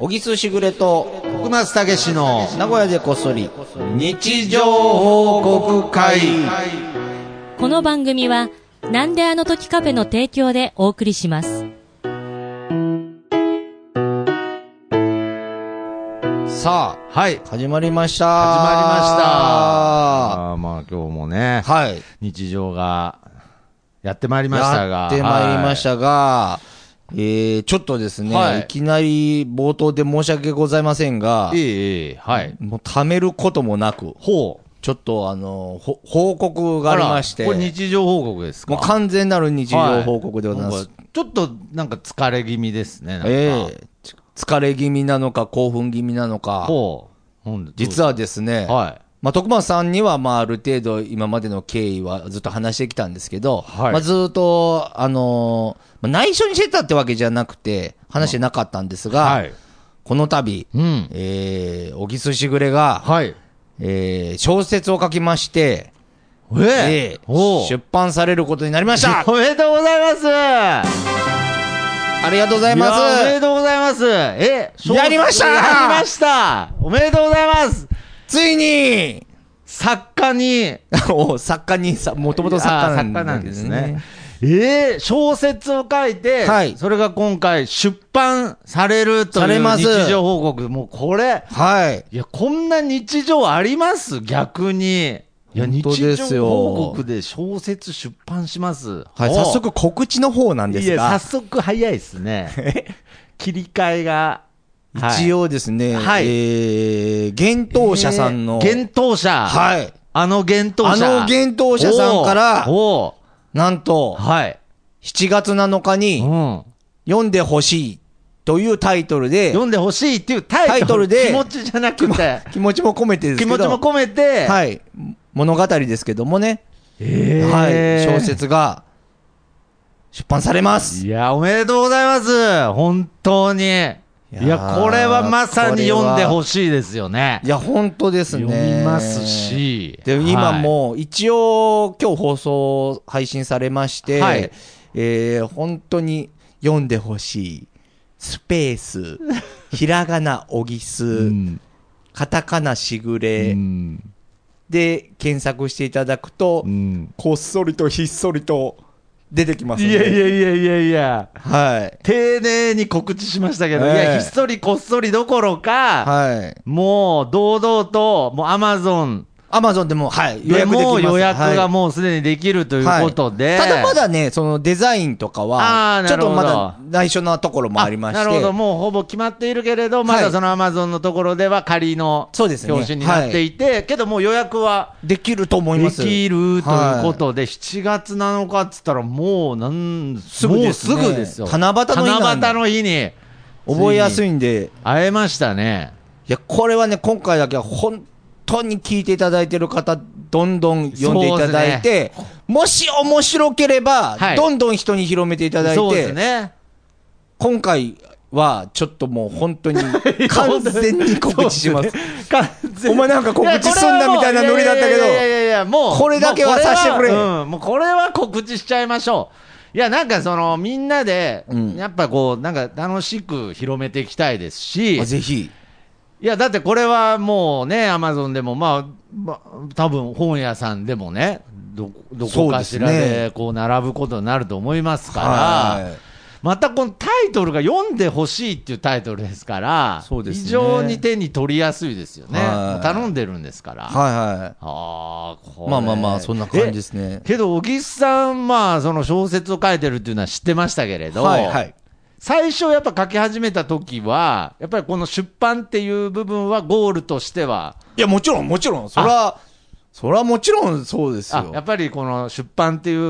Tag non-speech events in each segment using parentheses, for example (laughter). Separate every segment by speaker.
Speaker 1: 小木須しぐれと、徳松たけしの、名古屋でこっそり、日常報告会。
Speaker 2: この番組は、なんであの時カフェの提供でお送りします。
Speaker 1: さ
Speaker 3: はい。
Speaker 1: あ、始まりました。
Speaker 3: 始まりました。
Speaker 1: ま
Speaker 3: あーまあ今日もね、
Speaker 1: した。はい。
Speaker 3: 日常がやってまいりましたが。
Speaker 1: やってまいりましたが、えー、ちょっとですね、
Speaker 3: はい
Speaker 1: い、きなり冒頭で申し訳ございませんが
Speaker 3: はい。、ええええはい。
Speaker 1: もう貯めることもなく、
Speaker 3: ほう。
Speaker 1: ちょっとあの、ほ報告がありまして、
Speaker 3: あらこれ日常報告ですか
Speaker 1: もう完全なる日常報告でございま
Speaker 3: は
Speaker 1: す。
Speaker 3: なんかちょっとなんか疲れ気味ですね。なんか
Speaker 1: ええち疲れ気味なのか興奮気味なのか、
Speaker 3: ほう。ほんで
Speaker 1: 実はですね、
Speaker 3: は
Speaker 1: まあ、徳間さんには、まあ、ある程度、今までの経緯はずっと話してきたんですけど、
Speaker 3: はい
Speaker 1: まあ、ずっと、あのーまあ内緒にしてたってわけじゃなくて、話してなかったんです
Speaker 3: い。
Speaker 1: が、
Speaker 3: はい。
Speaker 1: この度、
Speaker 3: うん。
Speaker 1: えー、小木すしぐれが、
Speaker 3: はい。
Speaker 1: えー、小説を書きまして、
Speaker 3: え
Speaker 1: え
Speaker 3: ほ
Speaker 1: ー
Speaker 3: う。
Speaker 1: 出版されることになりました
Speaker 3: おめでとうございます
Speaker 1: ありがとうございま
Speaker 3: いやおめですとうございますえ
Speaker 1: やりました
Speaker 3: やりましたおめでとうございます
Speaker 1: ついに (laughs)
Speaker 3: 作家に、
Speaker 1: お作家にさ、もともと作家なん
Speaker 3: あー
Speaker 1: だけどね。
Speaker 3: えー、小説を書いて、
Speaker 1: はい
Speaker 3: それが今回出版されると
Speaker 1: さ
Speaker 3: い
Speaker 1: れ
Speaker 3: う
Speaker 1: ます
Speaker 3: 日常報告。もうこれ、
Speaker 1: はい。
Speaker 3: いや、こんな日常あります逆に。いや、
Speaker 1: 本
Speaker 3: 日
Speaker 1: 当です
Speaker 3: 常
Speaker 1: よ
Speaker 3: 報告で小説出版します。
Speaker 1: はい、
Speaker 3: お
Speaker 1: 早速告知の方なんで
Speaker 3: い
Speaker 1: す
Speaker 3: や、
Speaker 1: が
Speaker 3: 早、速早いです
Speaker 1: (laughs)
Speaker 3: ね。切り替えが。
Speaker 1: 一応ですね、
Speaker 3: はい
Speaker 1: えー、幻冬舎さんの、
Speaker 3: 幻冬者。
Speaker 1: はい。
Speaker 3: あの幻冬
Speaker 1: あ
Speaker 3: 者。
Speaker 1: の幻冬舎さんから
Speaker 3: お
Speaker 1: なん
Speaker 3: ーお
Speaker 1: と
Speaker 3: ー、はい。
Speaker 1: 7月7日
Speaker 3: う
Speaker 1: に、
Speaker 3: ん。
Speaker 1: 読んでほしいというタイトルで、
Speaker 3: 読んでほしいっていうタイトル
Speaker 1: タイトルで
Speaker 3: 気持ちじゃなくて、
Speaker 1: (laughs) 気持ちも込めてです
Speaker 3: 気
Speaker 1: けど、
Speaker 3: 持ちも込めて、い。
Speaker 1: はい、物語ですけどもね、はい、小。説が出版されます。
Speaker 3: いや、おめでとうございます。本当に。いや
Speaker 1: ー
Speaker 3: これはまさに読んでほしいですよね。
Speaker 1: いや、本当ですね。
Speaker 3: 読みます。し。
Speaker 1: で、今もう一応今日放送配信されまして、
Speaker 3: はい
Speaker 1: えー本当に読んでほしい。スペー
Speaker 3: (laughs)
Speaker 1: ス、ひらがなおぎす、
Speaker 3: はい、うん
Speaker 1: カタカナしぐれ、
Speaker 3: うん
Speaker 1: で検索していただくと、
Speaker 3: うん
Speaker 1: こっそりとひっそりと出てきますね。
Speaker 3: いやいやいやいやいや。
Speaker 1: はい。
Speaker 3: 丁寧に告知しましたけど、い
Speaker 1: え
Speaker 3: や、
Speaker 1: え
Speaker 3: ひっそりこっそりどころか、
Speaker 1: はい。
Speaker 3: もう堂々と、もうアマゾン
Speaker 1: アマゾンでも、はい、予
Speaker 3: で
Speaker 1: 約できます。
Speaker 3: もう予約
Speaker 1: はい
Speaker 3: がもうすでにできるということで、
Speaker 1: ただまだね、そのデザインとか
Speaker 3: あ
Speaker 1: は
Speaker 3: ー、
Speaker 1: ちょっ
Speaker 3: なるほ
Speaker 1: と
Speaker 3: ど
Speaker 1: まだ内緒なところもありまして。
Speaker 3: なるほど、もうほぼ決まっているけれど、ま
Speaker 1: は
Speaker 3: だ
Speaker 1: い
Speaker 3: そのアマゾンのところでは仮の
Speaker 1: そうですね
Speaker 3: 表紙になっていて、けどもう予約は
Speaker 1: できると思い
Speaker 3: で
Speaker 1: ます。
Speaker 3: きるということで、7月7日っつったら、もうなん
Speaker 1: すぐですね
Speaker 3: もうすぐですよ、
Speaker 1: 七夕の日なんで
Speaker 3: 七夕の日に
Speaker 1: 覚えやす
Speaker 3: い
Speaker 1: いんで、
Speaker 3: 会えましたね。
Speaker 1: いや、これはね、今回だけは本当に聞いていただいてる方、どんどん読んでいただいて、もし面白ければ、
Speaker 3: はい
Speaker 1: どんどん人に広めていただい
Speaker 3: そうで
Speaker 1: て、
Speaker 3: すね
Speaker 1: 今回はちょっともう本当
Speaker 3: (laughs)
Speaker 1: に完全に告知します。
Speaker 3: 完全
Speaker 1: お前なんか告知すんだみたいなノリだったけ
Speaker 3: いやこれはもういや
Speaker 1: ど、
Speaker 3: いやいや、もう。
Speaker 1: これだけは
Speaker 3: もうこ
Speaker 1: さしてくれ
Speaker 3: うんもうこれは告知しちゃいましょう。いや、なんかその、みんなで
Speaker 1: うん、
Speaker 3: やっぱこう、なんか楽しく広めていきたいですし、
Speaker 1: あ
Speaker 3: い
Speaker 1: ぜひ、
Speaker 3: や、だってこれはもうね、アマゾンでも、まあ、まあ、多分本屋さんでもね、ど、どこかしら
Speaker 1: そうです
Speaker 3: で、こう、並ぶことになると思いますから、
Speaker 1: は
Speaker 3: またこのタイトルが読んでほしいっていうタイトルですから、
Speaker 1: そうですね
Speaker 3: 非常に手に取りやすいですよね。
Speaker 1: はい
Speaker 3: もう頼んでるんですから。
Speaker 1: い、はいは
Speaker 3: ああ、
Speaker 1: い。
Speaker 3: これ
Speaker 1: まあまあまあ、そんな感じですね
Speaker 3: え。けど、小木さん、まあ、その小説を書いてるっていうのは知ってましたけれど、
Speaker 1: はいはい。
Speaker 3: 最初やっぱ書き始めた時は、やっぱりこの出版っていう部分はゴールとしては、
Speaker 1: いや、もちろん、もちろん、そら、そらもちろんそうです
Speaker 3: あ
Speaker 1: よ
Speaker 3: や。っぱりこの出版っていう、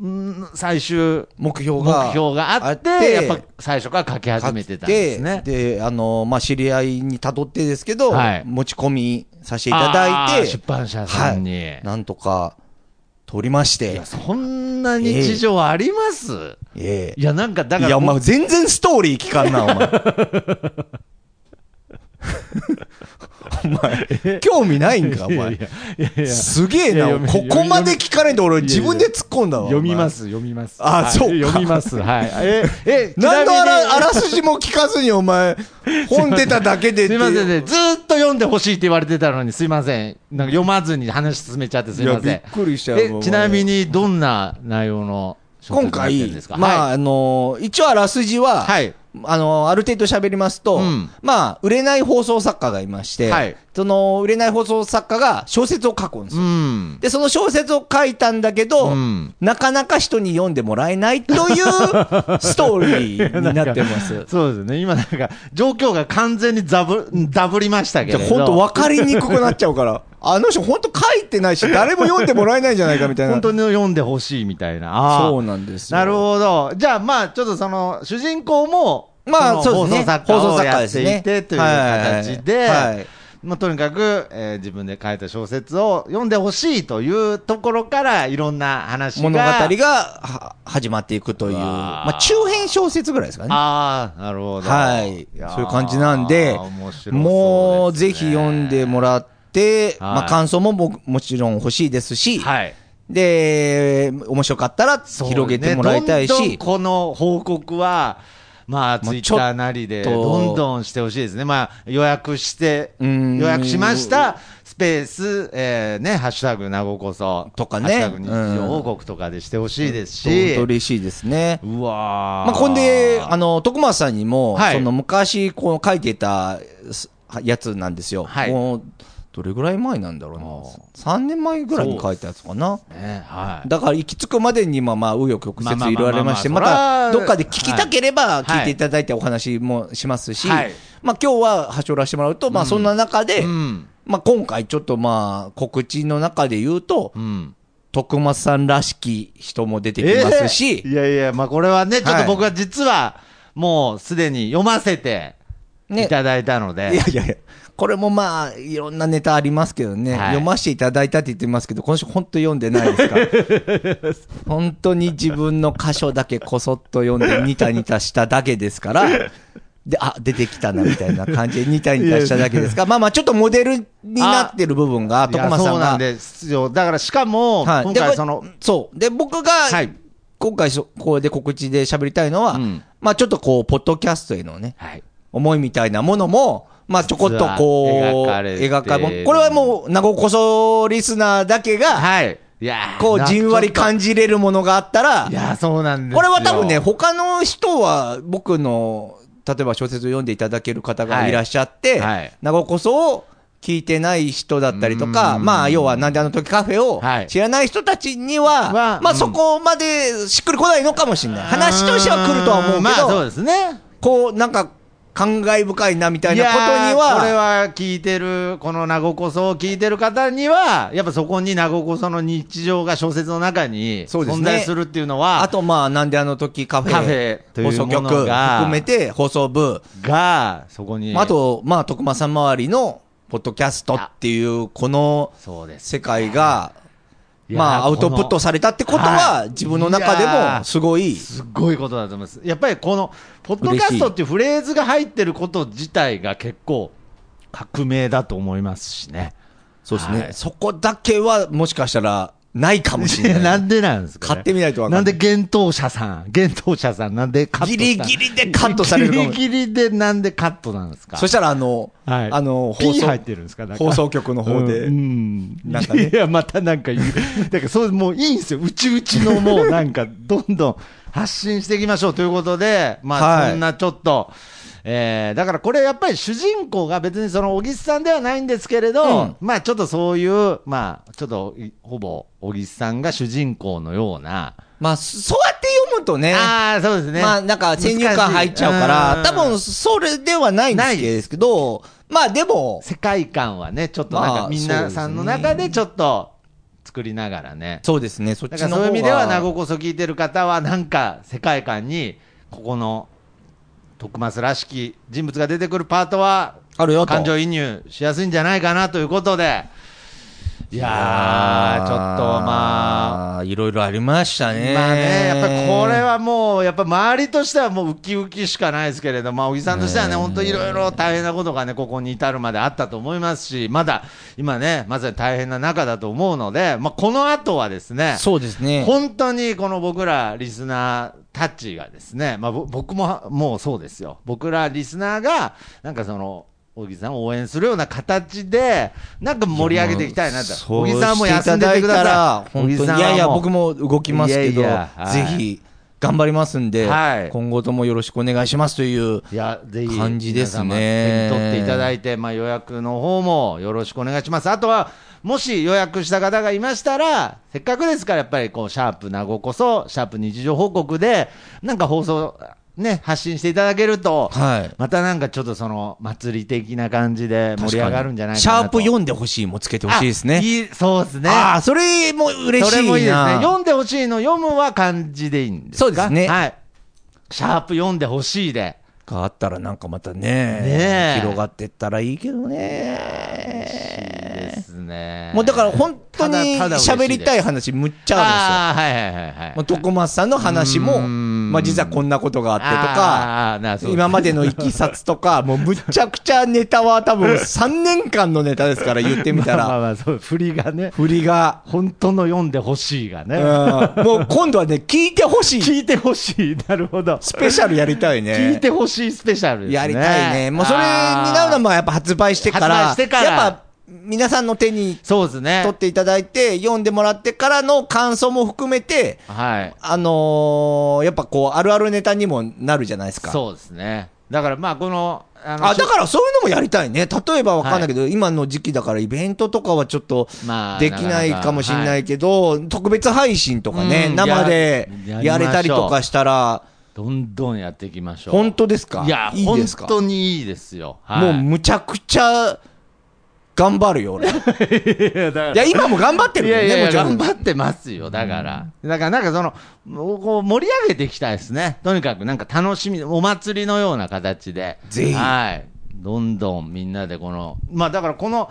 Speaker 3: うん最終
Speaker 1: 目標
Speaker 3: 目
Speaker 1: が。
Speaker 3: 標があって、やっぱ最初から書き始めてたんですね。
Speaker 1: であの、まあ、知り合いにたどってですけど、
Speaker 3: はい
Speaker 1: 持ち込みさせていただ
Speaker 3: あー
Speaker 1: い
Speaker 3: 出
Speaker 1: て、
Speaker 3: 版社さんに。
Speaker 1: はい、なんとか取りまし
Speaker 3: い
Speaker 1: て
Speaker 3: や、、そんな日常あります、
Speaker 1: え
Speaker 3: いや、なんか、だ
Speaker 1: え。い
Speaker 3: から、
Speaker 1: や、お
Speaker 3: (laughs)
Speaker 1: 前、全然ストーリー聞かんな、お前。お前、興味ないんか、お
Speaker 3: (laughs) いや
Speaker 1: 前
Speaker 3: い。やいやいや
Speaker 1: すげえ
Speaker 3: いや
Speaker 1: な、
Speaker 3: 読み
Speaker 1: ここまで聞かれんで俺自分で突っ込んだわ。
Speaker 3: 読みま
Speaker 1: お
Speaker 3: す、読みます。
Speaker 1: あ
Speaker 3: はい
Speaker 1: そうか
Speaker 3: 読みま
Speaker 1: (laughs)
Speaker 3: す、はい。え、え、
Speaker 1: 前。何のあらあら
Speaker 3: ら
Speaker 1: すじも聞かずにお前、
Speaker 3: (laughs)
Speaker 1: 本出ただけでっ
Speaker 3: す
Speaker 1: てい
Speaker 3: いうませんね、ずーっと読んでほしいって言われてたのに、すいません。なんか読まずに話進めちゃってすいま
Speaker 1: い
Speaker 3: せん
Speaker 1: や。びっくりしたよもう
Speaker 3: え、ちなみにどんな内容の小説
Speaker 1: 今
Speaker 3: になってる
Speaker 1: 回
Speaker 3: んです、か
Speaker 1: まあ、
Speaker 3: はい
Speaker 1: あのー、一応あらすじは、
Speaker 3: はい
Speaker 1: あのー、ある程度喋りますと、
Speaker 3: うん
Speaker 1: まあ、売れない放送作家がいまして、
Speaker 3: はい
Speaker 1: その、売れない放送作家が小説を書くんです
Speaker 3: う
Speaker 1: よ。
Speaker 3: ん。
Speaker 1: で、その小説を書いたんだけど、
Speaker 3: うん
Speaker 1: なかなか人に読んでもらえないというストーリーになって
Speaker 3: (laughs)
Speaker 1: ます。
Speaker 3: そうですね、今なんか、状況が完全にザブ、ダブりましたけ
Speaker 1: じゃ
Speaker 3: れ
Speaker 1: あ
Speaker 3: ど。
Speaker 1: 本当分かりにくくなっちゃう
Speaker 3: (laughs)
Speaker 1: から、あの人本当書いてないし、誰も読んでもらえないんじゃないかみたいな。
Speaker 3: 本当に読んでほしいみたいな。あー
Speaker 1: そうなんですよ
Speaker 3: なるほど。じゃあ、まあ、ちょっとその、主人公も、
Speaker 1: まあ
Speaker 3: そ
Speaker 1: そ
Speaker 3: の
Speaker 1: うですね
Speaker 3: 放
Speaker 1: 放
Speaker 3: 送
Speaker 1: 送
Speaker 3: 作
Speaker 1: 作家
Speaker 3: 家をや
Speaker 1: で
Speaker 3: っ
Speaker 1: す
Speaker 3: て
Speaker 1: ね
Speaker 3: いてという形で、
Speaker 1: はいはい
Speaker 3: まあ、とにかく、えー自分で書いた小説を読んでほしいというところから、いろんな話が。
Speaker 1: 物語がは始まっていくという、
Speaker 3: うわー
Speaker 1: まあ、中編小説ぐらいですかね。
Speaker 3: ああ、なるほど。
Speaker 1: はい。
Speaker 3: やー
Speaker 1: そういう感じなんで、
Speaker 3: 面白そうですね
Speaker 1: もうぜひ読んでもらって、まあ、感想もももちろん欲しいですし、
Speaker 3: はい。
Speaker 1: で、面白かったら
Speaker 3: そう
Speaker 1: 広げてもらいたい
Speaker 3: ねどんどん
Speaker 1: し、
Speaker 3: この報告は、まあ、
Speaker 1: も
Speaker 3: ツイ
Speaker 1: う
Speaker 3: ッ
Speaker 1: ちょっと
Speaker 3: ターなりで、どんどんしてほしいですね。まあ、予約して、
Speaker 1: うーん
Speaker 3: 予約しました、スペース、えーね、ハッシュタグ、なごこそ、
Speaker 1: とかね
Speaker 3: ハッシュタグ日常報告とかでしてほしいですし、
Speaker 1: 本当嬉しいですね。
Speaker 3: うわ
Speaker 1: ま
Speaker 3: ー
Speaker 1: あ、こんで、あの、徳松さんにも、
Speaker 3: はい
Speaker 1: その昔、こう書いてたすやつなんですよ。
Speaker 3: はい
Speaker 1: もうどれぐらい前なんだろうな。3年前ぐらいに書いたやつかな。
Speaker 3: ね、はい。
Speaker 1: だから行き着くまでにまあまあ紆余曲折いろいろありまして、
Speaker 3: まあ
Speaker 1: ま
Speaker 3: まあまあまあ
Speaker 1: た
Speaker 3: そら
Speaker 1: どっかで聞きたければ
Speaker 3: はい
Speaker 1: 聞いていただいてお話もしますし、
Speaker 3: はい
Speaker 1: まあ今日ははしょらせてもらうと、まあそんな中で、
Speaker 3: うん。
Speaker 1: まあ今回ちょっとまあ告知の中で言うと、
Speaker 3: うん。
Speaker 1: 徳松さんらしき人も出てきますし、
Speaker 3: えーいやいや、まあ、これはね、ちょっ
Speaker 1: は
Speaker 3: と
Speaker 1: い
Speaker 3: 僕は実は、もうすでに読ませて
Speaker 1: ね
Speaker 3: いただいたので、
Speaker 1: いやいやいや、これもまあ、いろんなネタありますけどね、
Speaker 3: はい
Speaker 1: 読ませていただいたって言ってますけど、今週本当読んでないですから。
Speaker 3: (laughs)
Speaker 1: 本当に自分の箇所だけこそっと読んで、ニタニタしただけですから、で、あ、出てきたな、みたい
Speaker 3: (laughs)
Speaker 1: な感じで、ニタニタしただけですから、まあまあ、ちょっとモデルになってる部分が、
Speaker 3: いや
Speaker 1: 徳間さ
Speaker 3: そ
Speaker 1: ん
Speaker 3: うなん
Speaker 1: が。
Speaker 3: で出場。だからしかも、
Speaker 1: はい
Speaker 3: 今
Speaker 1: でこ
Speaker 3: 回
Speaker 1: れ
Speaker 3: その、
Speaker 1: そう。で、僕が、
Speaker 3: はい
Speaker 1: 今回そ、これで告知で喋りたいのは、
Speaker 3: うん
Speaker 1: まあちょっとこう、ポッドキャストへのね、
Speaker 3: はい。
Speaker 1: 思いみたいなものも、まあ、ちょこっとこう、
Speaker 3: 実は描かれてる
Speaker 1: 描かれ、これはもう、名古こそリスナーだけが、
Speaker 3: はい。いやー
Speaker 1: こう、じんわり感じれるものがあったら
Speaker 3: い、やーそうなんですよ。
Speaker 1: これは多分ね、他の人は、僕の、例えば小説を読んでいただける方
Speaker 3: は
Speaker 1: が
Speaker 3: い
Speaker 1: いらっしゃって
Speaker 3: はい、
Speaker 1: 名古こそを聞いてない人だったりと
Speaker 3: う
Speaker 1: か、
Speaker 3: ん
Speaker 1: まあ、要は、なんであの時カフェを
Speaker 3: はい
Speaker 1: 知らない人たちには、
Speaker 3: は
Speaker 1: まあ、
Speaker 3: うん
Speaker 1: そこまでしっくりこないのかもしれない。話としては来るとは思うけど、
Speaker 3: まあそうですね。
Speaker 1: こう、なんか、感慨深いなみたいなことに
Speaker 3: いやーこれ
Speaker 1: は、
Speaker 3: は聞いてる、この名護こそを聞いてる方には、やっぱそこに名護こその日常が小説の中に
Speaker 1: そうですね
Speaker 3: 存在するっていうのは、
Speaker 1: あとまあ、なんであの時カフェ、
Speaker 3: カフェとい
Speaker 1: 放
Speaker 3: う
Speaker 1: 送
Speaker 3: もの
Speaker 1: 局
Speaker 3: が
Speaker 1: 含めて放送部、
Speaker 3: が、そこに。
Speaker 1: あと、まあ、徳間さん周りの、ポッドキャストっていう、この
Speaker 3: そうです。
Speaker 1: 世界が、
Speaker 3: いや
Speaker 1: まあ、ア
Speaker 3: この
Speaker 1: ウトプットされたってことは
Speaker 3: は、い
Speaker 1: 自分の中
Speaker 3: い
Speaker 1: で
Speaker 3: やー
Speaker 1: も、すごい、
Speaker 3: すごいことだと思います。やっぱりこの、ポッドキャストっていうフレーズが入ってること自体が結構、革命だと思いますしね。
Speaker 1: そうですね、
Speaker 3: はい
Speaker 1: そこだけは、もしかしたら、ないかもしれ
Speaker 3: いや
Speaker 1: な。
Speaker 3: (laughs) ないんでなんですか、ね、
Speaker 1: 買ってみないとわかんない
Speaker 3: なんで幻冬者さん、 (laughs) 幻冬者さん、なんでカット
Speaker 1: ギ
Speaker 3: した
Speaker 1: リギリでカットされるかも
Speaker 3: (laughs) ギリギリでなんでカットなんですか
Speaker 1: そしたら、あの、
Speaker 3: はい
Speaker 1: あの、
Speaker 3: ピ
Speaker 1: 放
Speaker 3: ー
Speaker 1: 送
Speaker 3: 入ってるんですかなんか
Speaker 1: 放送局の方で、
Speaker 3: うん。
Speaker 1: なんかね
Speaker 3: いや、またなんか言う。 (laughs) だから、そう、もういいんですよ。うちうちのもう
Speaker 1: (laughs)
Speaker 3: なんか、どんどん発信していきましょうということで、ま
Speaker 1: は
Speaker 3: あ、
Speaker 1: い
Speaker 3: そんなちょっと、えー、だからこれやっぱり主人公が別にその小木さんではないんですけれど、
Speaker 1: うん
Speaker 3: まあちょっとそういう、まあちょっといほぼ小木さんが主人公のような、
Speaker 1: まあ、そうやって読むとね、
Speaker 3: ああ、そうですね。
Speaker 1: まあなんか先入観入っちゃうから、
Speaker 3: 難しい
Speaker 1: 多分それではないんですけど、まあでも、
Speaker 3: 世界観はね、ちょっとなん
Speaker 1: ま
Speaker 3: か
Speaker 1: あ
Speaker 3: みんなさんの中でちょっと作りながらね。
Speaker 1: そうですね、そっ
Speaker 3: だ
Speaker 1: ち
Speaker 3: から
Speaker 1: の
Speaker 3: そう
Speaker 1: 方が。
Speaker 3: いう意味では、名護こそ聞いてる方は、なんか世界観に、ここの徳松らしき人物が出てくるパートは、
Speaker 1: あるよと
Speaker 3: 感情移入しやすいんじゃないかなということで、いやー、ちょっとまあ、
Speaker 1: あー、いろいろありましたね。
Speaker 3: まあね、やっぱりこれはもう、やっぱ周りとしてはもうウキウキしかないですけれど、まあ、小木さんとしてはね、本当いろいろ大変なことがね、ここに至るまであったと思いますし、まだ、今ね、まさに大変な中だと思うので、まあ、この後はですね、
Speaker 1: そうですね。
Speaker 3: 本当にこの僕らリスナーたちがですね、まあ、ぼ僕ももうそうですよ、僕らリスナーが、なんかその、小木さんを応援するような形で、なんか盛り上げていきたいなと、小木さんも休んでてください。
Speaker 1: 本当に
Speaker 3: 小木さん
Speaker 1: いやいや、
Speaker 3: はもう
Speaker 1: 僕も動きますけど、
Speaker 3: いやいやはい
Speaker 1: ぜひ頑張りますんで、
Speaker 3: はい
Speaker 1: 今後ともよろしくお願いしますという。
Speaker 3: いや、ぜひ、
Speaker 1: 感じですね
Speaker 3: 皆様手に取っていただいて、まあ、予約の方もよろしくお願いします。あとは、もし予約した方がいましたら、せっかくですから、やっぱりこう、シャープなごこそ、シャープ日常報告で、なんか放送、ね、発信していただけると、
Speaker 1: はい
Speaker 3: またなんかちょっとその、祭り的な感じで盛り上がるんじゃないか
Speaker 1: シャ
Speaker 3: な
Speaker 1: ー
Speaker 3: と。
Speaker 1: プ読んでほしいもつけてほしいです
Speaker 3: あ
Speaker 1: ね。
Speaker 3: いいそうですね。
Speaker 1: ああ、それも嬉しいな。
Speaker 3: それもいいですね。読んでほしいの、読むは漢字でいいんですか
Speaker 1: そうですね
Speaker 3: はい。シャープ読んでほしいで。
Speaker 1: があったらなんかまたね、
Speaker 3: ねえ
Speaker 1: 広がってったらいいけど
Speaker 3: いいで
Speaker 1: ね。
Speaker 3: すね。
Speaker 1: もうだから本当に
Speaker 3: ただただ嬉しいです
Speaker 1: 喋りたい話むっちゃあるんですよ。
Speaker 3: ああはいはいはいはい。
Speaker 1: もう徳松さんの話
Speaker 3: うー
Speaker 1: も、
Speaker 3: ん
Speaker 1: まあ実はこんなことがあってとか、
Speaker 3: あーなるほど
Speaker 1: 今までのいきさつとか、もうむちゃくちゃネタは多
Speaker 3: (laughs)
Speaker 1: 分3年間のネタですから言ってみた
Speaker 3: まあ
Speaker 1: ら、
Speaker 3: まあそう、振りがね、
Speaker 1: 振りが、
Speaker 3: 本当の読んでほしいが
Speaker 1: うん
Speaker 3: ね。
Speaker 1: もう今度はね、聞いてほしい。
Speaker 3: 聞いてほしい。なるほど。
Speaker 1: スペシャルやりたいね。
Speaker 3: 聞いてほしいスペシャルですね。
Speaker 1: やりたいね。もうそれになるの
Speaker 3: あー
Speaker 1: もやっぱ発売してから、
Speaker 3: 発売してから
Speaker 1: やっぱ皆さんの手に
Speaker 3: そうですね。
Speaker 1: 取っていただいて、読んでもらってからの感想も含めて、
Speaker 3: はい。
Speaker 1: あのーやっぱこう、あるあるネタにもなるじゃないですか。
Speaker 3: そうですね。だからまあ、この、あの
Speaker 1: あだからそういうのもやりたいね、例えばわかんないけど、今の時期だから、イベントとかはちょっと
Speaker 3: まあ
Speaker 1: できないかもしれないけど、特別配信とかね、
Speaker 3: うん
Speaker 1: 生で
Speaker 3: や
Speaker 1: やれたりとかしたら、
Speaker 3: どんどんやっていきましょう。
Speaker 1: 本当ですか、
Speaker 3: いや、
Speaker 1: いい
Speaker 3: 本
Speaker 1: ですか、
Speaker 3: 当にいいですよ。はい
Speaker 1: もうむちゃくちゃ頑張るよ、
Speaker 3: (laughs)
Speaker 1: 俺。い
Speaker 3: いやだから
Speaker 1: や、今も頑張ってる
Speaker 3: い
Speaker 1: よ
Speaker 3: や
Speaker 1: ね、
Speaker 3: いやい
Speaker 1: も
Speaker 3: や
Speaker 1: ちろ
Speaker 3: 頑
Speaker 1: ん。
Speaker 3: 張ってますよ、だから。だからなんかその、こう盛り上げていきたいですね。とにかくなんか楽しみ、お祭りのような形で。
Speaker 1: ぜひ
Speaker 3: はい。どんどんみんなでこの、まあだからこの、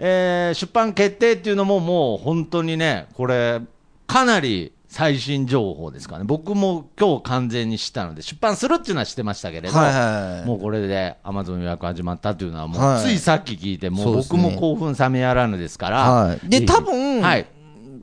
Speaker 3: えー出版決定っていうのももう本当にね、これ、かなり最新情報ですかね。僕も今日完全に知ったので、出版するっていうのは知ってましたけれど、
Speaker 1: はいはいはい
Speaker 3: もうこれで Amazon 予約始まったっていうのはもう、
Speaker 1: はい
Speaker 3: ついさっき聞いて、もう
Speaker 1: そ
Speaker 3: 僕
Speaker 1: うですね
Speaker 3: も興奮冷めやらぬですから。
Speaker 1: はい、
Speaker 3: ぜ
Speaker 1: で、
Speaker 3: ひ
Speaker 1: 多分、
Speaker 3: はい。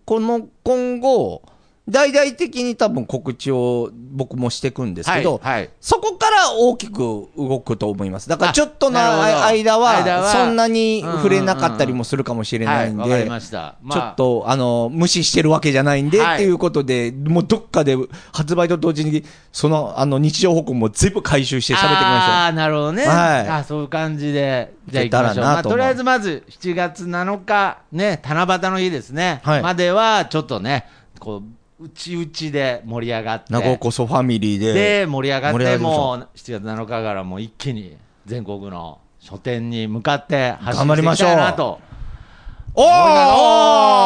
Speaker 1: この今後、大々的に多分告知を僕もしていくんですけど、
Speaker 3: はいはい
Speaker 1: そこから大きく動くと思います。だから
Speaker 3: あ
Speaker 1: ちょっとの
Speaker 3: なるほど
Speaker 1: あ間
Speaker 3: 間
Speaker 1: は、
Speaker 3: は
Speaker 1: そんなに触れなかったりもするかもしれないん
Speaker 3: はい、わかり
Speaker 1: で、
Speaker 3: ました。
Speaker 1: ちょっと、あの、無視してるわけじゃないんで、
Speaker 3: はい
Speaker 1: っていうことで、もうどっかで発売と同時に、その、あの、日常報告も全部回収して喋っていき
Speaker 3: あ
Speaker 1: ま
Speaker 3: あー、なるほどね。
Speaker 1: はい
Speaker 3: あそういう感じで。じゃあ
Speaker 1: いけた
Speaker 3: 行き
Speaker 1: ら
Speaker 3: ましょう。
Speaker 1: な
Speaker 3: まあ、
Speaker 1: と思
Speaker 3: と
Speaker 1: う
Speaker 3: りあえずまず、7月7日、ね、七夕の日ですね。
Speaker 1: はい
Speaker 3: までは、ちょっとね、こう、うちうちで盛り上がって。
Speaker 1: しょう。名古こそファミリーで。
Speaker 3: で、盛り上がっ
Speaker 1: 盛り上
Speaker 3: て、
Speaker 1: げましょ
Speaker 3: もう、7月7日からもう一気に、全国の書店に向かって、発
Speaker 1: 頑張
Speaker 3: 信し
Speaker 1: り
Speaker 3: てい
Speaker 1: ま
Speaker 3: き
Speaker 1: しょう
Speaker 3: たいなと。
Speaker 1: おー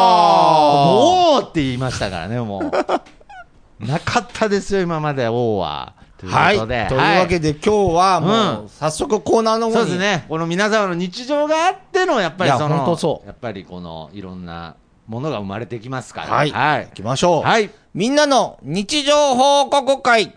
Speaker 3: おーおーって言いましたからね、もう。なかったですよ、今まで、王は。という
Speaker 1: はい。
Speaker 3: ことで。
Speaker 1: いうわけで、今日はも
Speaker 3: う
Speaker 1: う、
Speaker 3: ん
Speaker 1: 早速コーナーの
Speaker 3: そ
Speaker 1: 方
Speaker 3: うで
Speaker 1: に
Speaker 3: すね、この皆様の日常があっての、やっぱりそ
Speaker 1: いや
Speaker 3: の、
Speaker 1: 本当そう
Speaker 3: やっぱりこのいろんなものが生まれてきますから、
Speaker 1: はい
Speaker 3: はい
Speaker 1: 行きましょう。
Speaker 3: はい
Speaker 1: みんなの日常報告会。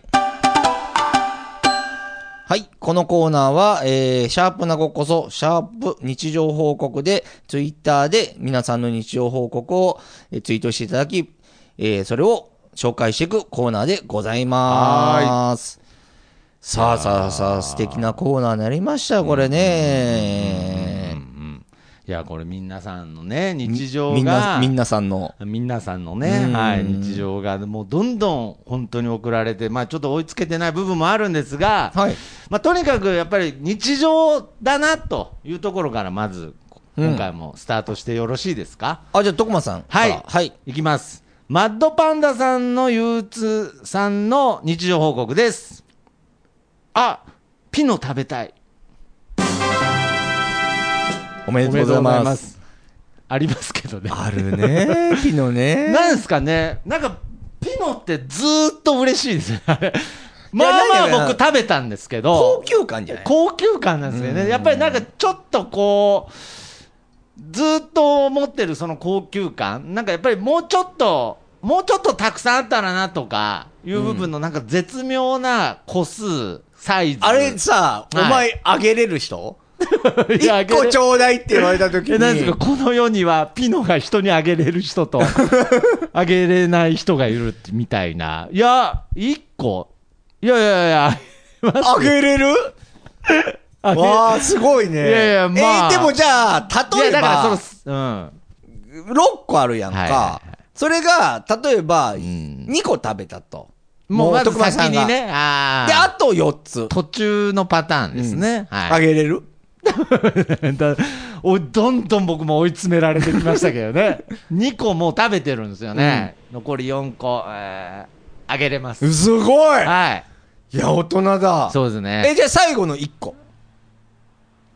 Speaker 1: はい。このコーナーは、えー、シャープなごこそ、シャープ日常報告で、ツイッターで皆さんの日常報告をえーツイートしていただき、えー、それを紹介していくコーナーでございます。さあさあさあ、素敵なコーナーになりましたよ、これ
Speaker 3: うんう
Speaker 1: ね。
Speaker 3: んいや、これ、皆さんのね、日常
Speaker 1: みんな、
Speaker 3: が、
Speaker 1: みんなさんの。
Speaker 3: 皆さんのね
Speaker 1: うん、
Speaker 3: はい、日常が、もうどんどん本当に送られて、まあ、ちょっと追いつけてない部分もあるんですが、
Speaker 1: はい。
Speaker 3: まあ、とにかくやっぱり日常だなというところから、まず、
Speaker 1: うん
Speaker 3: 今回もスタートしてよろしいですか。
Speaker 1: あ、じゃあ、徳間さん。
Speaker 3: はい。
Speaker 1: はい。。
Speaker 3: いきます。マッドパンダさんの憂鬱さんの日常報告です。あ、ピノ食べたい。
Speaker 1: おめでとうござい
Speaker 3: おめでとうござい
Speaker 1: ま。
Speaker 3: ますす。ありますけどね。
Speaker 1: あるね、 (laughs) ピノね。
Speaker 3: なんですかね。なんか、ピノってずーっと嬉しいですよ。あれ
Speaker 1: いや
Speaker 3: まあ
Speaker 1: 何が
Speaker 3: まあ僕食べたんですけど。
Speaker 1: 高級感じゃない
Speaker 3: 高級感なんですよね。やっぱりなんかちょっとこう、ずっと持ってるその高級感、なんかやっぱりもうちょっと、もうちょっとたくさんあったらなとか、いう部分のなんか絶妙な個数、サイズ。
Speaker 1: あれさ、お
Speaker 3: は
Speaker 1: 前、あげれる人
Speaker 3: いやあ
Speaker 1: 一
Speaker 3: げれ
Speaker 1: 個ちょうだいって言われた時
Speaker 3: え、
Speaker 1: に。
Speaker 3: なんですか、この世にはピノが人にあげれる
Speaker 1: (laughs)
Speaker 3: 人と、あげれない人がいるってみたいな。いや、一個。いやいやいや、
Speaker 1: あげれる
Speaker 3: あげ
Speaker 1: わあ、すごいね。
Speaker 3: いやいやまあ
Speaker 1: えーでもじゃあ、例
Speaker 3: い
Speaker 1: え
Speaker 3: や、だからそ
Speaker 1: ば、
Speaker 3: のす、うん。
Speaker 1: 6個あるやんか。
Speaker 3: はいはいは
Speaker 1: それが、例えば、
Speaker 3: ん
Speaker 1: 2個食べたと。
Speaker 3: もうまず
Speaker 1: 徳間さ
Speaker 3: 先
Speaker 1: んが
Speaker 3: にね、あ
Speaker 1: で、あ
Speaker 3: あ。
Speaker 1: と4つ。
Speaker 3: 途中のパターンですね。
Speaker 1: あ
Speaker 3: はい。
Speaker 1: げれる
Speaker 3: だ (laughs) おどんどん僕も追い詰められてきましたけどね。2個 (laughs) もう食べてるんですよね。残り4個、えーあげれます。
Speaker 1: すごい
Speaker 3: は
Speaker 1: い
Speaker 3: い。
Speaker 1: や、大人だ。
Speaker 3: そうですね。
Speaker 1: え、じゃあ最後の1個。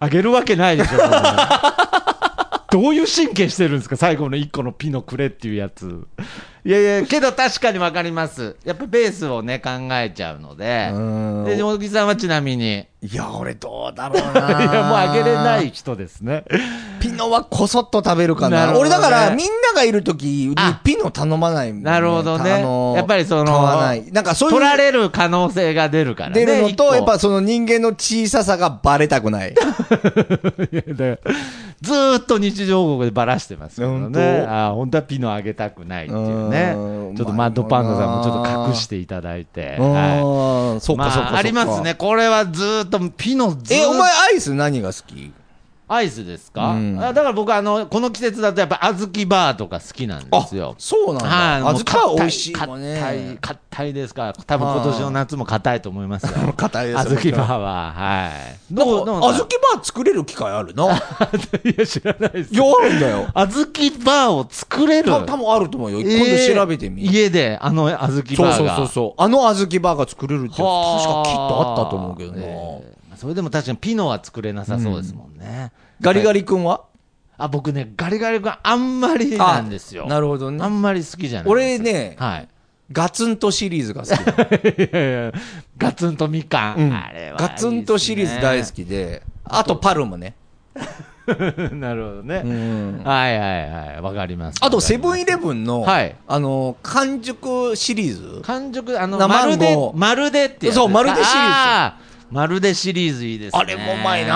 Speaker 3: あげるわけないでしょ。こんなの (laughs) どういう神経してるんですか最後の1個のピノくれっていうやつ。いやいや、けど確かにわかります。やっぱベースをね、考えちゃうので
Speaker 1: う。ーん
Speaker 3: で、小木さんはちなみに。
Speaker 1: いや、俺どうだろう
Speaker 3: いや、
Speaker 1: な。
Speaker 3: (laughs) もうあげれな。い人ですね。
Speaker 1: ピノはこそっと食べるかな。
Speaker 3: なるほど
Speaker 1: 俺
Speaker 3: ね
Speaker 1: だから、みんながいるときに
Speaker 3: あ
Speaker 1: ピノ頼まないもん、
Speaker 3: (laughs) なるほどね
Speaker 1: あのー
Speaker 3: やっぱりその
Speaker 1: 買わない。なんかそういう。
Speaker 3: 取られる可能性が出るから
Speaker 1: 出
Speaker 3: ね。
Speaker 1: るの
Speaker 3: 一
Speaker 1: と、
Speaker 3: 個
Speaker 1: やっ
Speaker 3: (laughs)
Speaker 1: ぱその人間の小ささがバレたくない。
Speaker 3: いやだからずーっと日常報告でばらしてますけど
Speaker 1: 本
Speaker 3: ね。
Speaker 1: 当
Speaker 3: あー本当はピノあげたくないっていうね
Speaker 1: うーん。
Speaker 3: ちょっとマッドパンダさんもちょっと隠していただいて。はい
Speaker 1: ああ、そっ
Speaker 3: ま
Speaker 1: か
Speaker 3: あ
Speaker 1: そっかそっか。
Speaker 3: ありますね。。これはずーっと、ピノずーっ
Speaker 1: え、
Speaker 3: と。
Speaker 1: お前アイス何が好き
Speaker 3: アイスですか、
Speaker 1: うん
Speaker 3: あだから僕、あの、この季節だとやっぱ、小豆バーとか好きなんですよ。
Speaker 1: そうなんだ。
Speaker 3: もう
Speaker 1: 小豆は美味しいもん
Speaker 3: 硬い、
Speaker 1: ね。
Speaker 3: 硬いですから、多分今年の夏も硬いと思います
Speaker 1: (laughs)
Speaker 3: よ。
Speaker 1: 硬い
Speaker 3: 小
Speaker 1: です
Speaker 3: 豆バ
Speaker 1: ー。
Speaker 3: ーは、はい。
Speaker 1: なんか、小
Speaker 3: どうどう
Speaker 1: 豆バー作れる機会あるな。いや、
Speaker 3: いや、知らないです。
Speaker 1: あるんだよ。
Speaker 3: (laughs) 小豆バーを作れる
Speaker 1: た多分あると思うよ。
Speaker 3: えー
Speaker 1: 今度調べてみ。
Speaker 3: 家で、あの小豆バー
Speaker 1: そう
Speaker 3: が。
Speaker 1: そうそうそう。あの小豆バーが作れるって、確かきっ
Speaker 3: はあ
Speaker 1: とあったと思うけどね。
Speaker 3: ええそれでも確かにピノは作れなさそうですもんね。
Speaker 1: ガリガリ君は
Speaker 3: あ、僕ね、ガリガリ君あんまりなんですよ。
Speaker 1: あなるほどね
Speaker 3: あんまり好きじゃない。
Speaker 1: 俺、ね、
Speaker 3: はい。
Speaker 1: ガツンとシリーズ
Speaker 3: (laughs)
Speaker 1: が好き。
Speaker 3: いやいやガツンとみかん。
Speaker 1: うん
Speaker 3: あれは。
Speaker 1: ガツンとシリーズ大好。きで、あとパルムね。
Speaker 3: (laughs) なるほど
Speaker 1: う
Speaker 3: ね。
Speaker 1: ん。
Speaker 3: はいはいはい。わかります。
Speaker 1: あと、セブンイレブンの、
Speaker 3: はい
Speaker 1: あの、完熟シリーズ
Speaker 3: 完熟、あの、
Speaker 1: 生
Speaker 3: まるで
Speaker 1: マンゴ、ー
Speaker 3: まるでってやつ。
Speaker 1: そうまるでシリーズ
Speaker 3: あー。まるでシリーズいいですね。
Speaker 1: あれもうまいな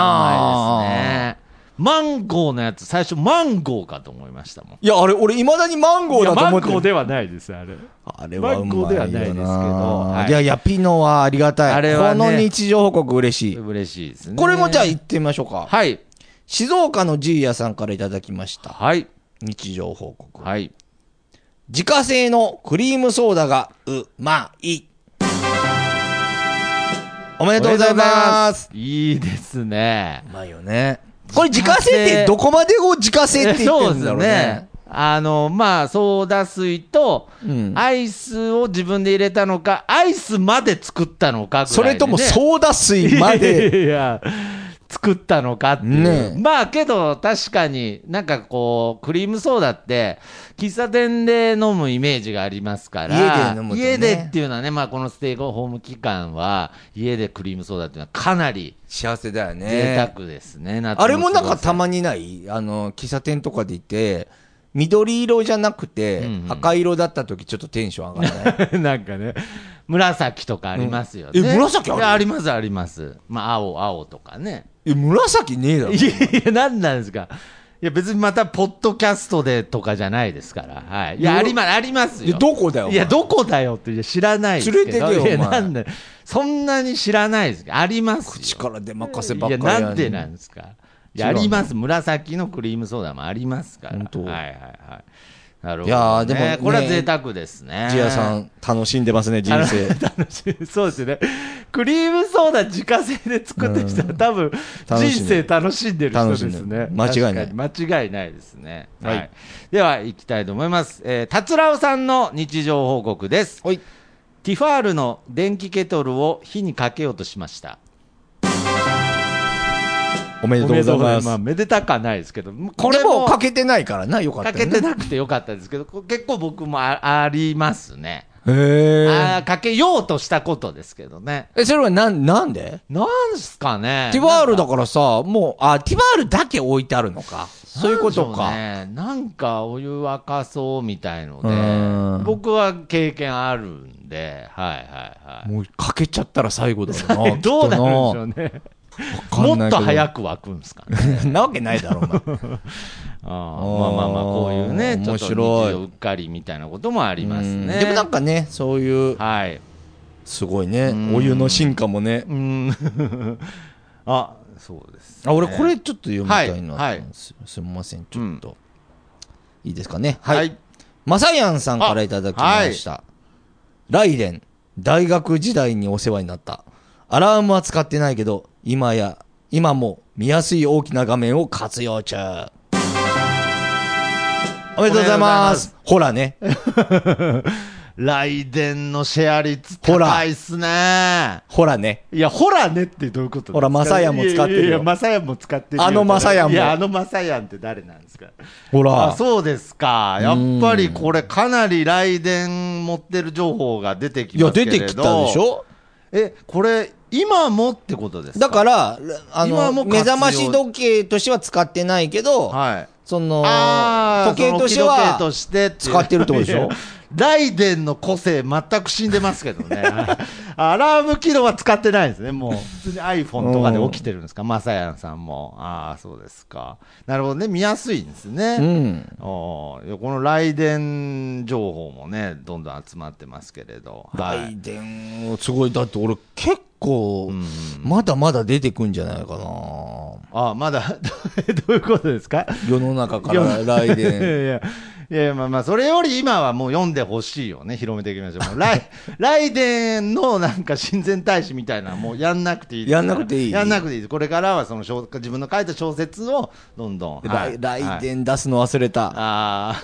Speaker 3: うまいですね。マンゴーのやつ、最初マンゴーかと思いましたもん。
Speaker 1: いや、あれ、俺、未だにマンゴーだと思ってる。
Speaker 3: ではないです、あれ。
Speaker 1: あれはうまい
Speaker 3: マンゴーでは
Speaker 1: よ
Speaker 3: ないですけど
Speaker 1: な
Speaker 3: はい
Speaker 1: いやいや、ピノはありがたい。
Speaker 3: あれはね
Speaker 1: この日常報告嬉しい。
Speaker 3: 嬉しいですね。
Speaker 1: これもじゃあ行ってみましょうか。
Speaker 3: はい。
Speaker 1: 静岡のじいやさんからいただきました。
Speaker 3: はい。
Speaker 1: 日常報告。
Speaker 3: はい。
Speaker 1: 自家製のクリームソーダがうまい。おめ
Speaker 3: あ
Speaker 1: でとうございます。。
Speaker 3: いいですね
Speaker 1: う。まいよね。これ自家製ってどこまでを自家製って言ってるんだろうね。
Speaker 3: あの、まあ、ソーダ水と、
Speaker 1: うん
Speaker 3: アイスを自分で入れたのか、アイスまで作ったのかぐらい
Speaker 1: それ
Speaker 3: でね、
Speaker 1: ともソーダ水まで。
Speaker 3: (laughs) いやいや、作ったのかっていう。
Speaker 1: ねえ
Speaker 3: まあけど、確かになんかこう、クリームソーダって、喫茶店で飲むイメージがありますから、
Speaker 1: 家で飲むとね
Speaker 3: 家でっていうのはね、まあこのステイホーム期間は、家でクリームソーダっていうのはかなり
Speaker 1: (laughs) 幸せだよ
Speaker 3: 贅
Speaker 1: ね。
Speaker 3: 沢ですね、夏の
Speaker 1: あれもなんかた
Speaker 3: 過ご
Speaker 1: まにないあの、喫茶店とかでいて、緑色じゃなくて
Speaker 3: うんう、ん
Speaker 1: 赤色だった時ちょっとテンション上が (laughs) らない。
Speaker 3: せ (laughs) なんかね、紫とかありますよね。
Speaker 1: うんえ紫ある
Speaker 3: いやありますあります。まあ青、青とかね。
Speaker 1: え、紫ねえだろ
Speaker 3: い。やいや、なんなんですか。いや、別にまた、ポッドキャストでとかじゃないですから。はい。いや、
Speaker 1: よ
Speaker 3: ありま、あります
Speaker 1: いや
Speaker 3: よ。
Speaker 1: どこだよ。お
Speaker 3: い
Speaker 1: 前
Speaker 3: や、どこだよって、いや知らないですけど。
Speaker 1: 連れてけよ
Speaker 3: いや、
Speaker 1: お前
Speaker 3: なんだよそんなに知らないですけどありますよ。
Speaker 1: 力で任せばっかり
Speaker 3: い
Speaker 1: や
Speaker 3: や、
Speaker 1: ん
Speaker 3: なんでなんですか。いや、
Speaker 1: 違
Speaker 3: あ
Speaker 1: うの
Speaker 3: ります。紫のクリームソーダもありますから。
Speaker 1: 本当
Speaker 3: はいはいはい。なるほど、ね。
Speaker 1: いやーでもね
Speaker 3: これは贅沢ですね。
Speaker 1: ジアさん、楽しんでますね、人生。
Speaker 3: (laughs) 楽しい。そうですね。クリームソーダ自家製で作った人は多分、
Speaker 1: 楽しんでる
Speaker 3: 人生楽しんでる人で
Speaker 1: 楽し
Speaker 3: す
Speaker 1: んで
Speaker 3: ね
Speaker 1: る。間違いない
Speaker 3: 確かに間違いないですね。
Speaker 1: は
Speaker 3: はいい。では、行きたいと思います。えー、たつらおさんの日常報告です。
Speaker 1: はい。
Speaker 3: ティファールの電気ケトルを火にかけようとしました。
Speaker 1: おめでとうございます。
Speaker 3: あ、めでたかないですけど、
Speaker 1: こ
Speaker 3: こ
Speaker 1: れ
Speaker 3: れ
Speaker 1: も
Speaker 3: も
Speaker 1: かけてないからな、よかった
Speaker 3: か
Speaker 1: よね
Speaker 3: けてなくてよかったですけど、こ結構僕もあありますね。
Speaker 1: へ
Speaker 3: あ
Speaker 1: え。
Speaker 3: ーかけようとしたことですけどね。
Speaker 1: え、それはなん、なんで
Speaker 3: なんすかね。
Speaker 1: ティワールだからさ、もう、あ、ティワールだけ置いてあるのか。そういうことか。
Speaker 3: なんでしょうねなんかお湯沸かそうみたいの
Speaker 1: うん
Speaker 3: で、僕は経験あるんで、はいはいはい。
Speaker 1: もうかけちゃったら最後だろうな。
Speaker 3: (laughs) どうなるんでし
Speaker 1: きっ
Speaker 3: ょうね。
Speaker 1: とな
Speaker 3: もっと早
Speaker 1: く。
Speaker 3: く湧くんですか
Speaker 1: (laughs)
Speaker 3: ね。
Speaker 1: なわけないだろ、お前。
Speaker 3: あーまあまあまあ、こういうね、ちょ
Speaker 1: 面
Speaker 3: っと
Speaker 1: 白い
Speaker 3: 日常うっかりみたいなこともありま
Speaker 1: う
Speaker 3: す
Speaker 1: ん
Speaker 3: ね。
Speaker 1: でもなんかね、そういう、
Speaker 3: はい。
Speaker 1: すごいね
Speaker 3: ん、
Speaker 1: お湯の進化もね。
Speaker 3: うん。あ、そうです。
Speaker 1: あ、俺これちょっと読みたいなと
Speaker 3: は
Speaker 1: 思
Speaker 3: い
Speaker 1: うんですよ。すみません、ちょっと。いいですかね。
Speaker 3: はい。。
Speaker 1: マサヤンさんからいただきました。ライレン、大学時代にお世話になった。アラームは使ってないけど、今や、今も見やすい大きな画面を活用中。おめでとうございます。ほらね。
Speaker 3: 来電のシェア率高いっすね。
Speaker 1: ほらね。
Speaker 3: いや、ほらねってどういうことですか
Speaker 1: ほらマサヤンも使ってるよ
Speaker 3: いやいやいや、マサヤンも使ってるよ
Speaker 1: あのマサヤンも
Speaker 3: いや、あのマサヤンって誰なんですか
Speaker 1: ほら。
Speaker 3: あそうですか。やっぱりこれかなり来電持ってる情報が出てき
Speaker 1: いや、
Speaker 3: ますけ
Speaker 1: 出
Speaker 3: れど
Speaker 1: てきたでしょ
Speaker 3: え、これ、今もってことですか
Speaker 1: だから、あ
Speaker 3: 今
Speaker 1: の、
Speaker 3: も活
Speaker 1: 目
Speaker 3: 用
Speaker 1: 覚まし時計としては使ってないけど、
Speaker 3: はい。
Speaker 1: その、
Speaker 3: あー
Speaker 1: 時計として
Speaker 3: その
Speaker 1: は
Speaker 3: 時計、としてていう
Speaker 1: 使ってるってことでしょ
Speaker 3: (laughs) いやライデンの個性全く死んでますけどね。 (laughs) アラーム機能は使ってないですね。もう、普通に iPhone とかで起きてるんですか、マサヤンさんも。ああ、そうですか。なるほどね。見やすいんですね。
Speaker 1: うん。
Speaker 3: おーいやこの来電情報もね、どんどん集まってますけれど。はい
Speaker 1: ライデン、すごい。だって俺結構、まだまだ出てくんじゃないかな。
Speaker 3: ああ、まだ、 (laughs) どういうことですか
Speaker 1: 世の中からライ
Speaker 3: い
Speaker 1: デン。
Speaker 3: (laughs) やいや、いやいやまあまあ、それより今はもう読んでほしいよね、広めていきましょう。も
Speaker 1: (laughs)
Speaker 3: うライライデンのなんか親善大使みたいなのはもうやんなくていいです
Speaker 1: やんなくていい
Speaker 3: やんなくていいです。これからはその小自分の書いた小説をどんどん。 (laughs) は
Speaker 1: ライ
Speaker 3: い
Speaker 1: ライ
Speaker 3: はい
Speaker 1: デン出すの忘れた。
Speaker 3: あ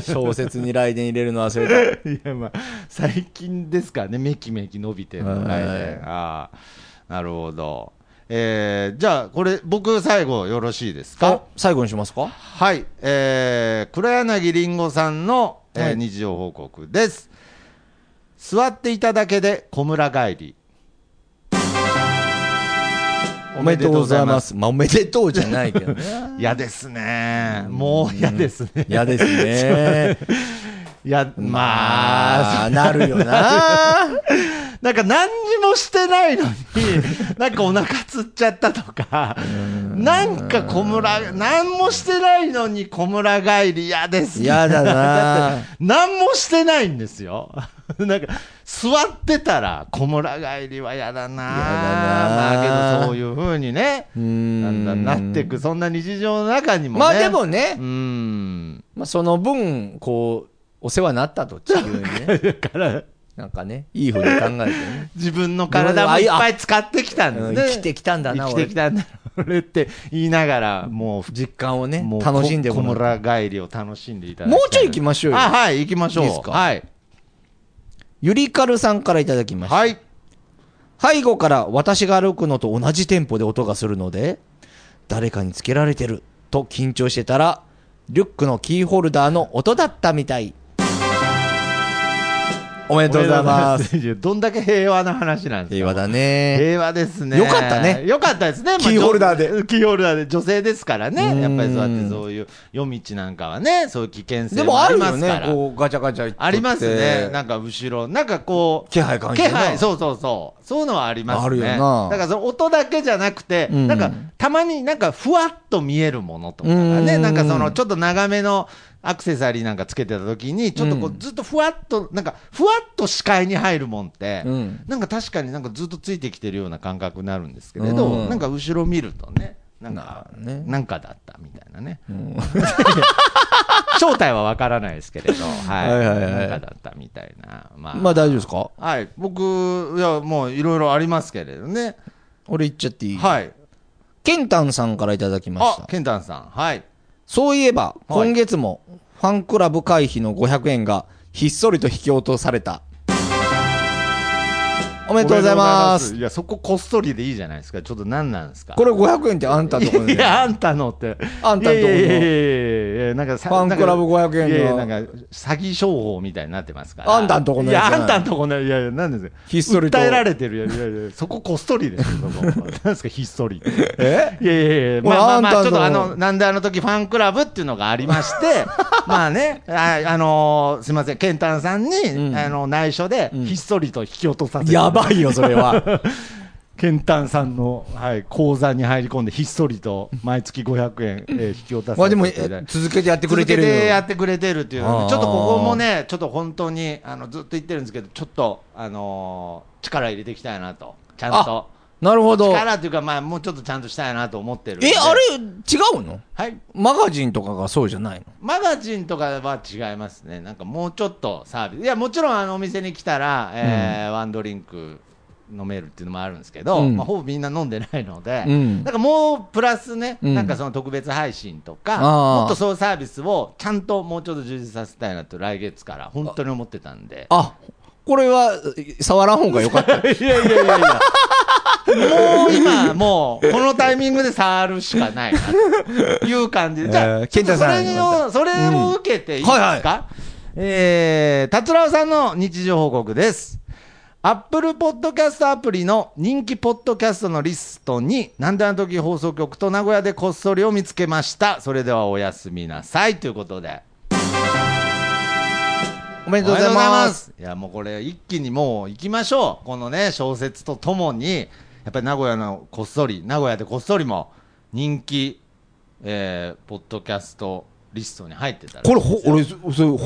Speaker 1: 小説にライデン入れるの忘
Speaker 3: (laughs)
Speaker 1: れた。
Speaker 3: あ、いやまあ、最近ですからね、めきめき伸びてるの、
Speaker 1: は
Speaker 3: ラ
Speaker 1: い
Speaker 3: イデン。ああ、なるほど。えー、じゃあ、これ、僕、最後、よろしいですか
Speaker 1: あ、最後にしますか
Speaker 3: はい、えー、黒柳りんごさんの、えー
Speaker 1: はい
Speaker 3: 日常報告です。座っていただけで小村帰り。
Speaker 1: おめでとうございま。す。まあ、おめでとうじゃないけど
Speaker 3: (laughs)
Speaker 1: ね。
Speaker 3: 嫌ですね。もう嫌ですね。
Speaker 1: 嫌ですね。
Speaker 3: いや、 (laughs) まあ、
Speaker 1: あー、なるよ
Speaker 3: (laughs)
Speaker 1: な。
Speaker 3: なんか何にもしてないのに、なんかお腹つっちゃったとか、なんか小村、何もしてないのに小村帰り嫌ですね。
Speaker 1: 嫌だ
Speaker 3: だ
Speaker 1: な
Speaker 3: って。何もしてないんですよ。なんか、座ってたら、小村帰りは嫌だな
Speaker 1: 嫌だな
Speaker 3: まあ、けどそういう風にね、
Speaker 1: うー
Speaker 3: だんだんなってく、そんな日常の中にもね。
Speaker 1: まあでもね
Speaker 3: うーん。
Speaker 1: まあ、その分、こう、お世話になったと、地球にね。
Speaker 3: (laughs) だから、
Speaker 1: なんかね、いいふうに考えてね。
Speaker 3: 自分の体もいっぱい使ってきたんです
Speaker 1: うん
Speaker 3: ね。
Speaker 1: 生きてきたんだな
Speaker 3: 生きてきたんだな、俺って言いながら、もう、
Speaker 1: 実感をね
Speaker 3: も、う
Speaker 1: 楽しんで
Speaker 3: 小
Speaker 1: もらう。
Speaker 3: 村帰りを楽しんでいただきた
Speaker 1: もうちょい行きましょうよ
Speaker 3: あ、はい、行きましょう。
Speaker 1: いいですか
Speaker 3: はい。
Speaker 1: ゆりかるさんからいただきました。
Speaker 3: はい。
Speaker 1: 背後から私が歩くのと同じテンポで音がするので、誰かにつけられてると緊張してたら、リュックのキーホルダーの音だったみたい。おめ
Speaker 3: あ
Speaker 1: でとうございます。。
Speaker 3: どんだけ平和な話なんですか
Speaker 1: 平和だね。
Speaker 3: 平和ですね。
Speaker 1: よかったね
Speaker 3: よかったですね。まあ
Speaker 1: キーホルダーで
Speaker 3: 女キーホルダーで女性ですから
Speaker 1: うん
Speaker 3: ね。やっぱりそうやってそういう夜道なんかはね、そういう危険性
Speaker 1: でも
Speaker 3: も
Speaker 1: あ
Speaker 3: あり
Speaker 1: る
Speaker 3: ま
Speaker 1: よ
Speaker 3: すか
Speaker 1: ね、
Speaker 3: ら。
Speaker 1: こうガチャガチャ言っとって
Speaker 3: ありますね。なんか後ろ、なんかこう。
Speaker 1: 気配感じる
Speaker 3: 気
Speaker 1: な
Speaker 3: 配、そうそうそう。そういうのはありますね。
Speaker 1: あるよな
Speaker 3: だからその音だけじゃなくて、
Speaker 1: うん
Speaker 3: なんかたまになんかふわっと見えるものとかが
Speaker 1: う
Speaker 3: ね、
Speaker 1: ん
Speaker 3: なんかそのちょっと長めのアクセサリーなんかつけてた時に、ちょっとこうずっとふわっと、なんかふわっと視界に入るもんって、
Speaker 1: うん
Speaker 3: なんか確かになんかずっとついてきてるような感覚になるんですけれど、
Speaker 1: うん
Speaker 3: なんか後ろ見るとね、なんか、
Speaker 1: なね
Speaker 3: なんかだったみたいなね。正体はわからないですけ
Speaker 1: (laughs)
Speaker 3: れど、はい。
Speaker 1: はいはいはい
Speaker 3: なんかだったみたいな。まあ、
Speaker 1: まあ大丈夫ですか
Speaker 3: はい。僕、いや、もういろいろありますけれどね。
Speaker 1: 俺言っちゃっていい
Speaker 3: はい。
Speaker 1: ケンタンさんからいただきました
Speaker 3: あ、。ケンタンさん。はい。
Speaker 1: そういえば、
Speaker 3: はい
Speaker 1: 今月もファンクラブ会費の500円がひっそりと引き落とされた。おめでとうございます。
Speaker 3: いや、そここっそりでいいじゃないですか。ちょっと何なんですか。
Speaker 1: これ500円ってあんたのところ
Speaker 3: い
Speaker 1: で。
Speaker 3: や、あんたのって。
Speaker 1: あんたのとこの
Speaker 3: いやいやいやいやいやいやなんかさ
Speaker 1: ファンクラブ500円の
Speaker 3: いやいやなんか、詐欺商法みたいになってますから。
Speaker 1: あんたんとこの
Speaker 3: い
Speaker 1: やつ
Speaker 3: や、あんたんとこの、いやいや、なんですよ。
Speaker 1: ひっそりと
Speaker 3: 訴えられてる。いやいやいや、そここっそりですよ、そこ。なんですか、ひっそりって。
Speaker 1: え
Speaker 3: いやいやいや、
Speaker 1: これ
Speaker 3: まあまあまあ、
Speaker 1: あん
Speaker 3: ち
Speaker 1: た
Speaker 3: ょっと
Speaker 1: の
Speaker 3: あの、なんであの時ファンクラブっていうのがありまして、まあね、あ、あのーすいません、ケンタンさんに、
Speaker 1: ん
Speaker 3: あの、内緒で、
Speaker 1: ん
Speaker 3: ひっそりと引き落とさせて、
Speaker 1: やばいよ、それは。
Speaker 3: ケンタンさんの、はい、口座に入り込んで、ひっそりと、毎月500円、
Speaker 1: (laughs)
Speaker 3: えー引き落と
Speaker 1: (laughs)
Speaker 3: さ
Speaker 1: まあ
Speaker 3: せ
Speaker 1: で
Speaker 3: てい
Speaker 1: も、
Speaker 3: ただ
Speaker 1: え
Speaker 3: いて。
Speaker 1: 続けてやってくれてる
Speaker 3: 続けてやってくれてるっていうの
Speaker 1: あー
Speaker 3: でちょっとここもね、ちょっと本当に、あの、ずっと言ってるんですけど、ちょっと、あのー力入れていきたいなと、ちゃん
Speaker 1: あ
Speaker 3: と。
Speaker 1: なるほど。え、あ
Speaker 3: 力っていうか、まあ、もうちょっとちゃんとしたいなと思ってるんで。
Speaker 1: れ、違うの
Speaker 3: はい。
Speaker 1: マガジンとかがそうじゃないの
Speaker 3: マガジンとかは違いますね、なんかもうちょっとサービス、いや、もちろんあのお店に来たら、えーワンドリンク飲めるっていうのもあるんですけど、
Speaker 1: うん
Speaker 3: まあ、ほぼみんな飲んでないので、
Speaker 1: うん
Speaker 3: なんかもうプラスね、
Speaker 1: うん
Speaker 3: なんかその特別配信とか、
Speaker 1: あー
Speaker 3: もっとそういうサービスをちゃんともうちょっと充実させたいなと、来月から本当に思ってたんで。
Speaker 1: あ、これは、え触らん方がよかった。
Speaker 3: いやいやいやいやもう今、もう、このタイミングで触るしかないな、という感じで。じ
Speaker 1: (laughs)
Speaker 3: ゃ
Speaker 1: えー
Speaker 3: あ、
Speaker 1: 健太さん
Speaker 3: ちょっとそれを、それを受けていいですか、
Speaker 1: うんはい
Speaker 3: えー、達郎さんの日常報告です。アップルポッドキャストアプリの人気ポッドキャストのリストに、なんであの時放送局と名古屋でこっそりを見つけました。それではおやすみなさい。ということで。
Speaker 1: (laughs) おめ
Speaker 3: あり
Speaker 1: でとうご
Speaker 3: がと
Speaker 1: ざい
Speaker 3: うござい
Speaker 1: ま。
Speaker 3: ますす。いや、もうこれ、一気にもう行きましょう。このね、小説とともに、やっぱり名古屋のこっそり、名古屋でこっそりも人気、えー、ポッドキャストリストに入ってたら。
Speaker 1: これ、ほ、俺、そそれ、本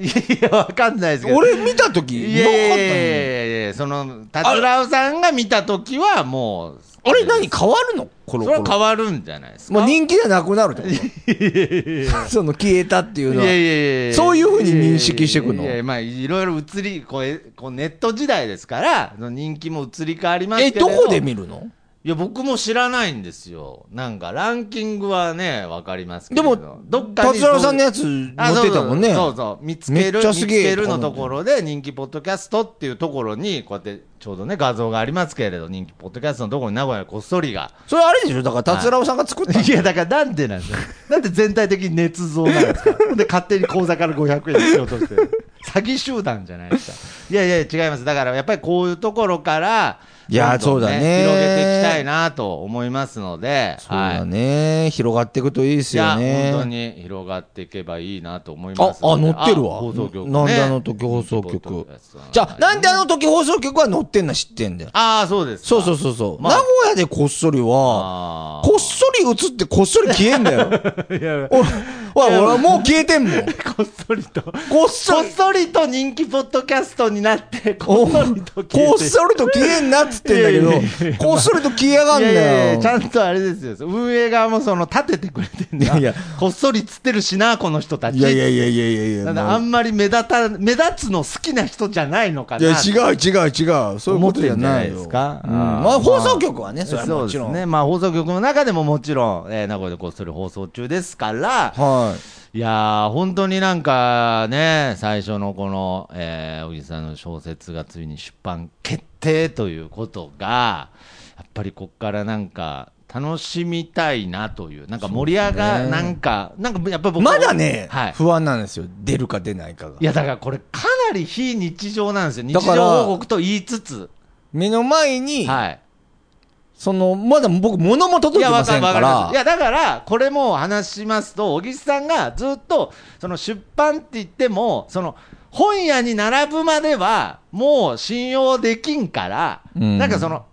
Speaker 3: いや、わかんないです
Speaker 1: 当
Speaker 3: けど。
Speaker 1: 俺見たとき、
Speaker 3: い
Speaker 1: な
Speaker 3: や
Speaker 1: かっ
Speaker 3: い
Speaker 1: た
Speaker 3: やい
Speaker 1: ね。
Speaker 3: やいやいや、その、達郎さんが見たときはもう、
Speaker 1: あれ、何変わるのコロ
Speaker 3: そ
Speaker 1: コ
Speaker 3: れ
Speaker 1: ロ
Speaker 3: は。変わるんじゃないですか。
Speaker 1: もう人気じゃなくなるってことその消えたっていうのは。
Speaker 3: いやいやいやいや
Speaker 1: そういうふうに認識してくの
Speaker 3: いやいやまあ、いろいろ移り、こうえこうネット時代ですから、その人気も移り変わります
Speaker 1: え、
Speaker 3: けれど
Speaker 1: どこで見るの
Speaker 3: いや、僕も知らないんですよ。なんか、ランキングはね、わかりますけ
Speaker 1: で
Speaker 3: れど。
Speaker 1: も、
Speaker 3: どっかに
Speaker 1: 達郎さんの
Speaker 3: や
Speaker 1: やつ載ってたもんね。
Speaker 3: そうそうそう見つける、
Speaker 1: めっちゃ
Speaker 3: 見
Speaker 1: す
Speaker 3: つ
Speaker 1: げえ
Speaker 3: けるのところで、人気ポッドキャストっていうところに、こうやって、ちょうどね、画像がありますけれど、人気ポッドキャストのところに名古屋こっそりが。
Speaker 1: それあれでしょだから達郎さんが作った
Speaker 3: (laughs) いや、だからなんでなんですか。なんで全体的に捏造なんですか。で、勝手に口座から500円しようとしてる。詐欺集団じゃないですか。いやいや、違います。だから、やっぱりこういうところから、
Speaker 1: いや
Speaker 3: どんど
Speaker 1: そ
Speaker 3: ん
Speaker 1: うだね
Speaker 3: 広げていきたいなと思いますので、
Speaker 1: そうだね、広がっていくといいです
Speaker 3: い
Speaker 1: よ
Speaker 3: や、
Speaker 1: ね。
Speaker 3: 本当に広がっていけばいいなと思いま
Speaker 1: あ
Speaker 3: す、
Speaker 1: あ、
Speaker 3: ので
Speaker 1: 載ってるわ。
Speaker 3: あ放送局、ね。
Speaker 1: なんであの時放送
Speaker 3: ポッド
Speaker 1: 局
Speaker 3: キャストの。
Speaker 1: じゃあ、なんであの時放送局は載ってんの知ってんだよ。
Speaker 3: ああ、そうですか。
Speaker 1: そうそう
Speaker 3: う。
Speaker 1: そうそう。
Speaker 3: まあ
Speaker 1: 名古屋でこっそりは、
Speaker 3: ああ。
Speaker 1: こっそり映ってこっそり消えんだよ。
Speaker 3: (laughs)
Speaker 1: おおい俺はもう消えてんもん。
Speaker 3: こっそりと。
Speaker 1: こっそ
Speaker 3: こっ
Speaker 1: り、
Speaker 3: そりと人気ポッドキャストになって、こ
Speaker 1: お
Speaker 3: っそりと消
Speaker 1: こ
Speaker 3: え
Speaker 1: ってそりと消えんなっつってんだけど
Speaker 3: いやいやいやい、
Speaker 1: こっそりと消えやがん
Speaker 3: いやいや
Speaker 1: だ
Speaker 3: い
Speaker 1: よ
Speaker 3: や。ちゃんとあれですよ。運営側もその立ててくれてんだ。
Speaker 1: いやいや
Speaker 3: こっそりつってるしな、この人たち。
Speaker 1: いやいやいやいやいやいや。
Speaker 3: なんだあんまり目立た、目立つの好きな人じゃないのか
Speaker 1: い
Speaker 3: な。
Speaker 1: や、違う違う違う。そういうことじゃないよ。
Speaker 3: 思ってんじゃないですか
Speaker 1: うん
Speaker 3: あー
Speaker 1: まあ、放送局はね、それは
Speaker 3: そう
Speaker 1: も
Speaker 3: で
Speaker 1: ち
Speaker 3: す
Speaker 1: ろん。
Speaker 3: ね。まあ放送局の中でももちろん、えー名古屋でこっそり放送中ですから、
Speaker 1: はい
Speaker 3: やー、本当になんかね、最初のこの、えー、小木さんの小説がついに出版決定ということが、やっぱりこっからなんか、楽しみたいなという、なんか盛り上が、なんか、なんかやっぱり
Speaker 1: い。
Speaker 3: 僕
Speaker 1: まだね、
Speaker 3: はい。
Speaker 1: 不安なんですよ。出るか出ないかが
Speaker 3: い。や、だからこれかなり非日常なんですよ。日
Speaker 1: だから
Speaker 3: 常報告と言いつつ、
Speaker 1: 目の前に、
Speaker 3: はい。
Speaker 1: その、まだ僕、物も届いてませんか
Speaker 3: いや、わかるわかりま
Speaker 1: ら
Speaker 3: すい。や、だから、これも話しますと、小木さんがずっと、その出版って言っても、その、本屋に並ぶまでは、もう信用できんから、
Speaker 1: うん
Speaker 3: なんかその、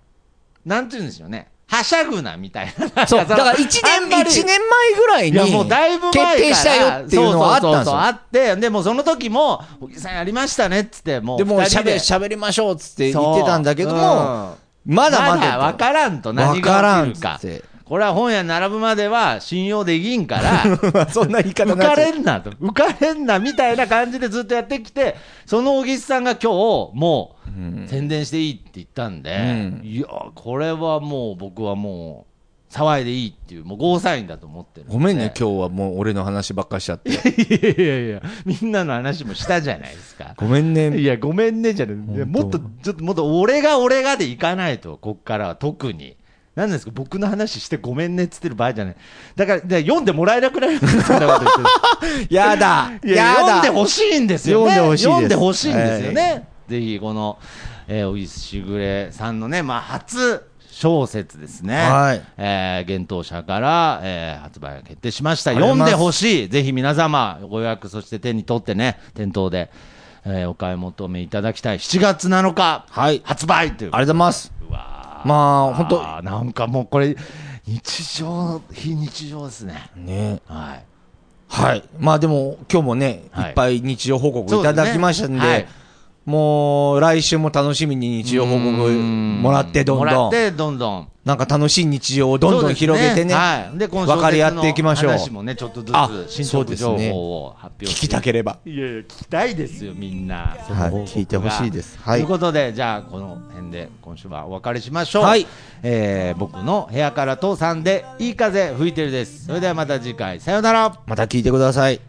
Speaker 3: なんて言うんですよね。はしゃぐな、みたいな。
Speaker 1: そう、
Speaker 3: なん
Speaker 1: だ
Speaker 3: そ
Speaker 1: か
Speaker 3: の
Speaker 1: ら一
Speaker 3: あんま
Speaker 1: 年、
Speaker 3: り
Speaker 1: 一年前ぐらい
Speaker 3: い
Speaker 1: に、
Speaker 3: や、もうだいぶ前から
Speaker 1: 決定したよっていうのはあったん
Speaker 3: そうそう
Speaker 1: です
Speaker 3: そうそう
Speaker 1: よ。
Speaker 3: あって、でもその時も、小木さんやりましたね、っつって、もう
Speaker 1: で
Speaker 3: 二人
Speaker 1: も、
Speaker 3: で。
Speaker 1: 喋、喋りましょうっつって言ってたんだけども、
Speaker 3: うん
Speaker 1: まだま
Speaker 3: まだ
Speaker 1: だ
Speaker 3: 分
Speaker 1: と。
Speaker 3: からんと何
Speaker 1: わから
Speaker 3: が
Speaker 1: ん
Speaker 3: 起
Speaker 1: っ
Speaker 3: き
Speaker 1: つ
Speaker 3: る
Speaker 1: っ
Speaker 3: か
Speaker 1: て
Speaker 3: これは本屋に並ぶまでは信用できんから
Speaker 1: (laughs) そんな言い方
Speaker 3: 浮
Speaker 1: にな
Speaker 3: か
Speaker 1: っちゃう
Speaker 3: れんなと浮かれんなみたいな感じでずっとやってきてその小木さんが今日もう宣伝していいって言ったんで、
Speaker 1: うん
Speaker 3: いやこれはもう僕はもう騒いでいいっていう、もうゴーサインだと思ってるで
Speaker 1: ごめんね、今日はもう俺の話ばっかしちゃって。
Speaker 3: (laughs) いやいやいや、みんなの話もしたじゃないですか。
Speaker 1: ごめんね。
Speaker 3: いや、ごめんねじゃねいやもっと、ちょっともっと、俺が俺がでいかないと、こっからは特に。なんですか僕の話してごめんねっつってる場合じゃない。だから、で読んでもらえなくなるんですよそんなこと言ってる
Speaker 1: やだ
Speaker 3: いや
Speaker 1: や
Speaker 3: 読んで
Speaker 1: だ
Speaker 3: ほしいんですよね。
Speaker 1: 読んでほしいです
Speaker 3: 読んでほしいんですよね。ぜひ、この、えー、小木しぐれさんのね、まあ、初小説ですね。
Speaker 1: はい
Speaker 3: えー、幻冬舎から、えー、発売が決定しました。
Speaker 1: ありがとう
Speaker 3: 読
Speaker 1: ご
Speaker 3: ん
Speaker 1: ざいます
Speaker 3: でほしい。ぜひ皆様、ご予約、そして手に取ってね、店頭で、えー、お買い求めいただきたい。7月7日、
Speaker 1: はい
Speaker 3: 発売という。
Speaker 1: ありがとうございます。
Speaker 3: うわー
Speaker 1: まあ、本当
Speaker 3: あーなんかもうこれ、日常、非日常ですね。
Speaker 1: ね。
Speaker 3: はい。
Speaker 1: はい。まあでも、今日もね、い
Speaker 3: はい
Speaker 1: っぱい日常報告いただきましたんで、
Speaker 3: そうですねはい
Speaker 1: もう、来週も楽しみに日常報告もらって、ど
Speaker 3: も
Speaker 1: ん
Speaker 3: ら
Speaker 1: ど
Speaker 3: っ
Speaker 1: ん。
Speaker 3: て、どんどん。
Speaker 1: なんか楽しい日常をどんどん広げてね、
Speaker 3: そうですはい。で、今
Speaker 1: 分かり合っていきましょう。
Speaker 3: 小説の話もね、ちょっとず
Speaker 1: あ
Speaker 3: つ、進
Speaker 1: そう
Speaker 3: 捗
Speaker 1: です
Speaker 3: 情
Speaker 1: ね
Speaker 3: 報を発表
Speaker 1: 聞
Speaker 3: して
Speaker 1: きたければ。
Speaker 3: いやいや、聞きたいですよ、みんな。その
Speaker 1: はい
Speaker 3: 報告が
Speaker 1: 聞いてほしいですはい
Speaker 3: ということで、じゃあ、この辺で今週はお別れしましょう。
Speaker 1: はい
Speaker 3: えー僕の部屋から父さんで、いい風吹いてるです。それではまた次回、さようなら。
Speaker 1: また聞いてください。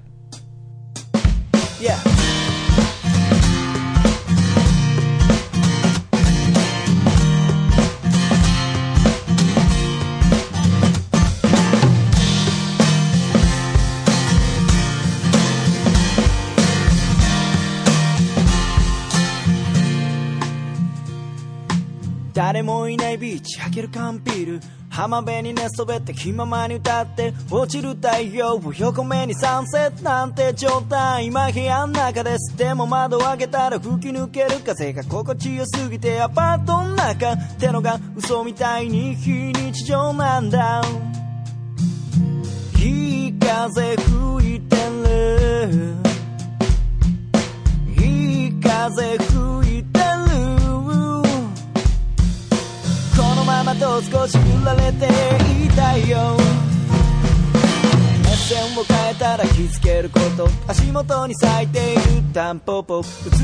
Speaker 4: 誰もいないビーチ開ける缶ビール浜辺に寝そべって気ままに歌って落ちる太陽を横目にサンセットなんて状態今部屋の中ですでも窓を開けたら吹き抜ける風が心地よすぎてアパートの中ってのが嘘みたいに非日常なんだいい風吹いてるいい風吹いてるこのままと少し揺られていたいよ目線を変えたら気づけること足元に咲いているタンポポ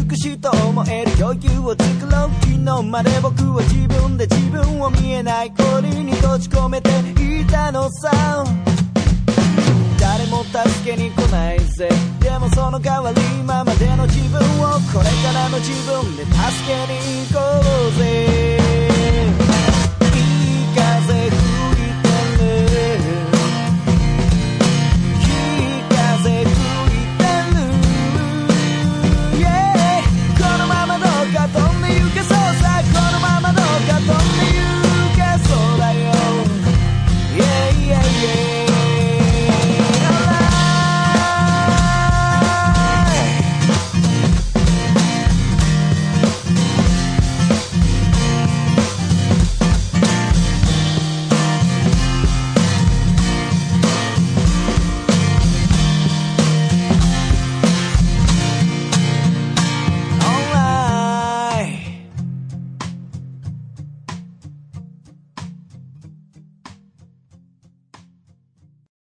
Speaker 4: 美しいと思える余裕を作ろう昨日まで僕は自分で自分を見えない檻に閉じ込めていたのさ誰も助けに来ないぜでもその代わり今までの自分をこれからの自分で助けに行こうぜ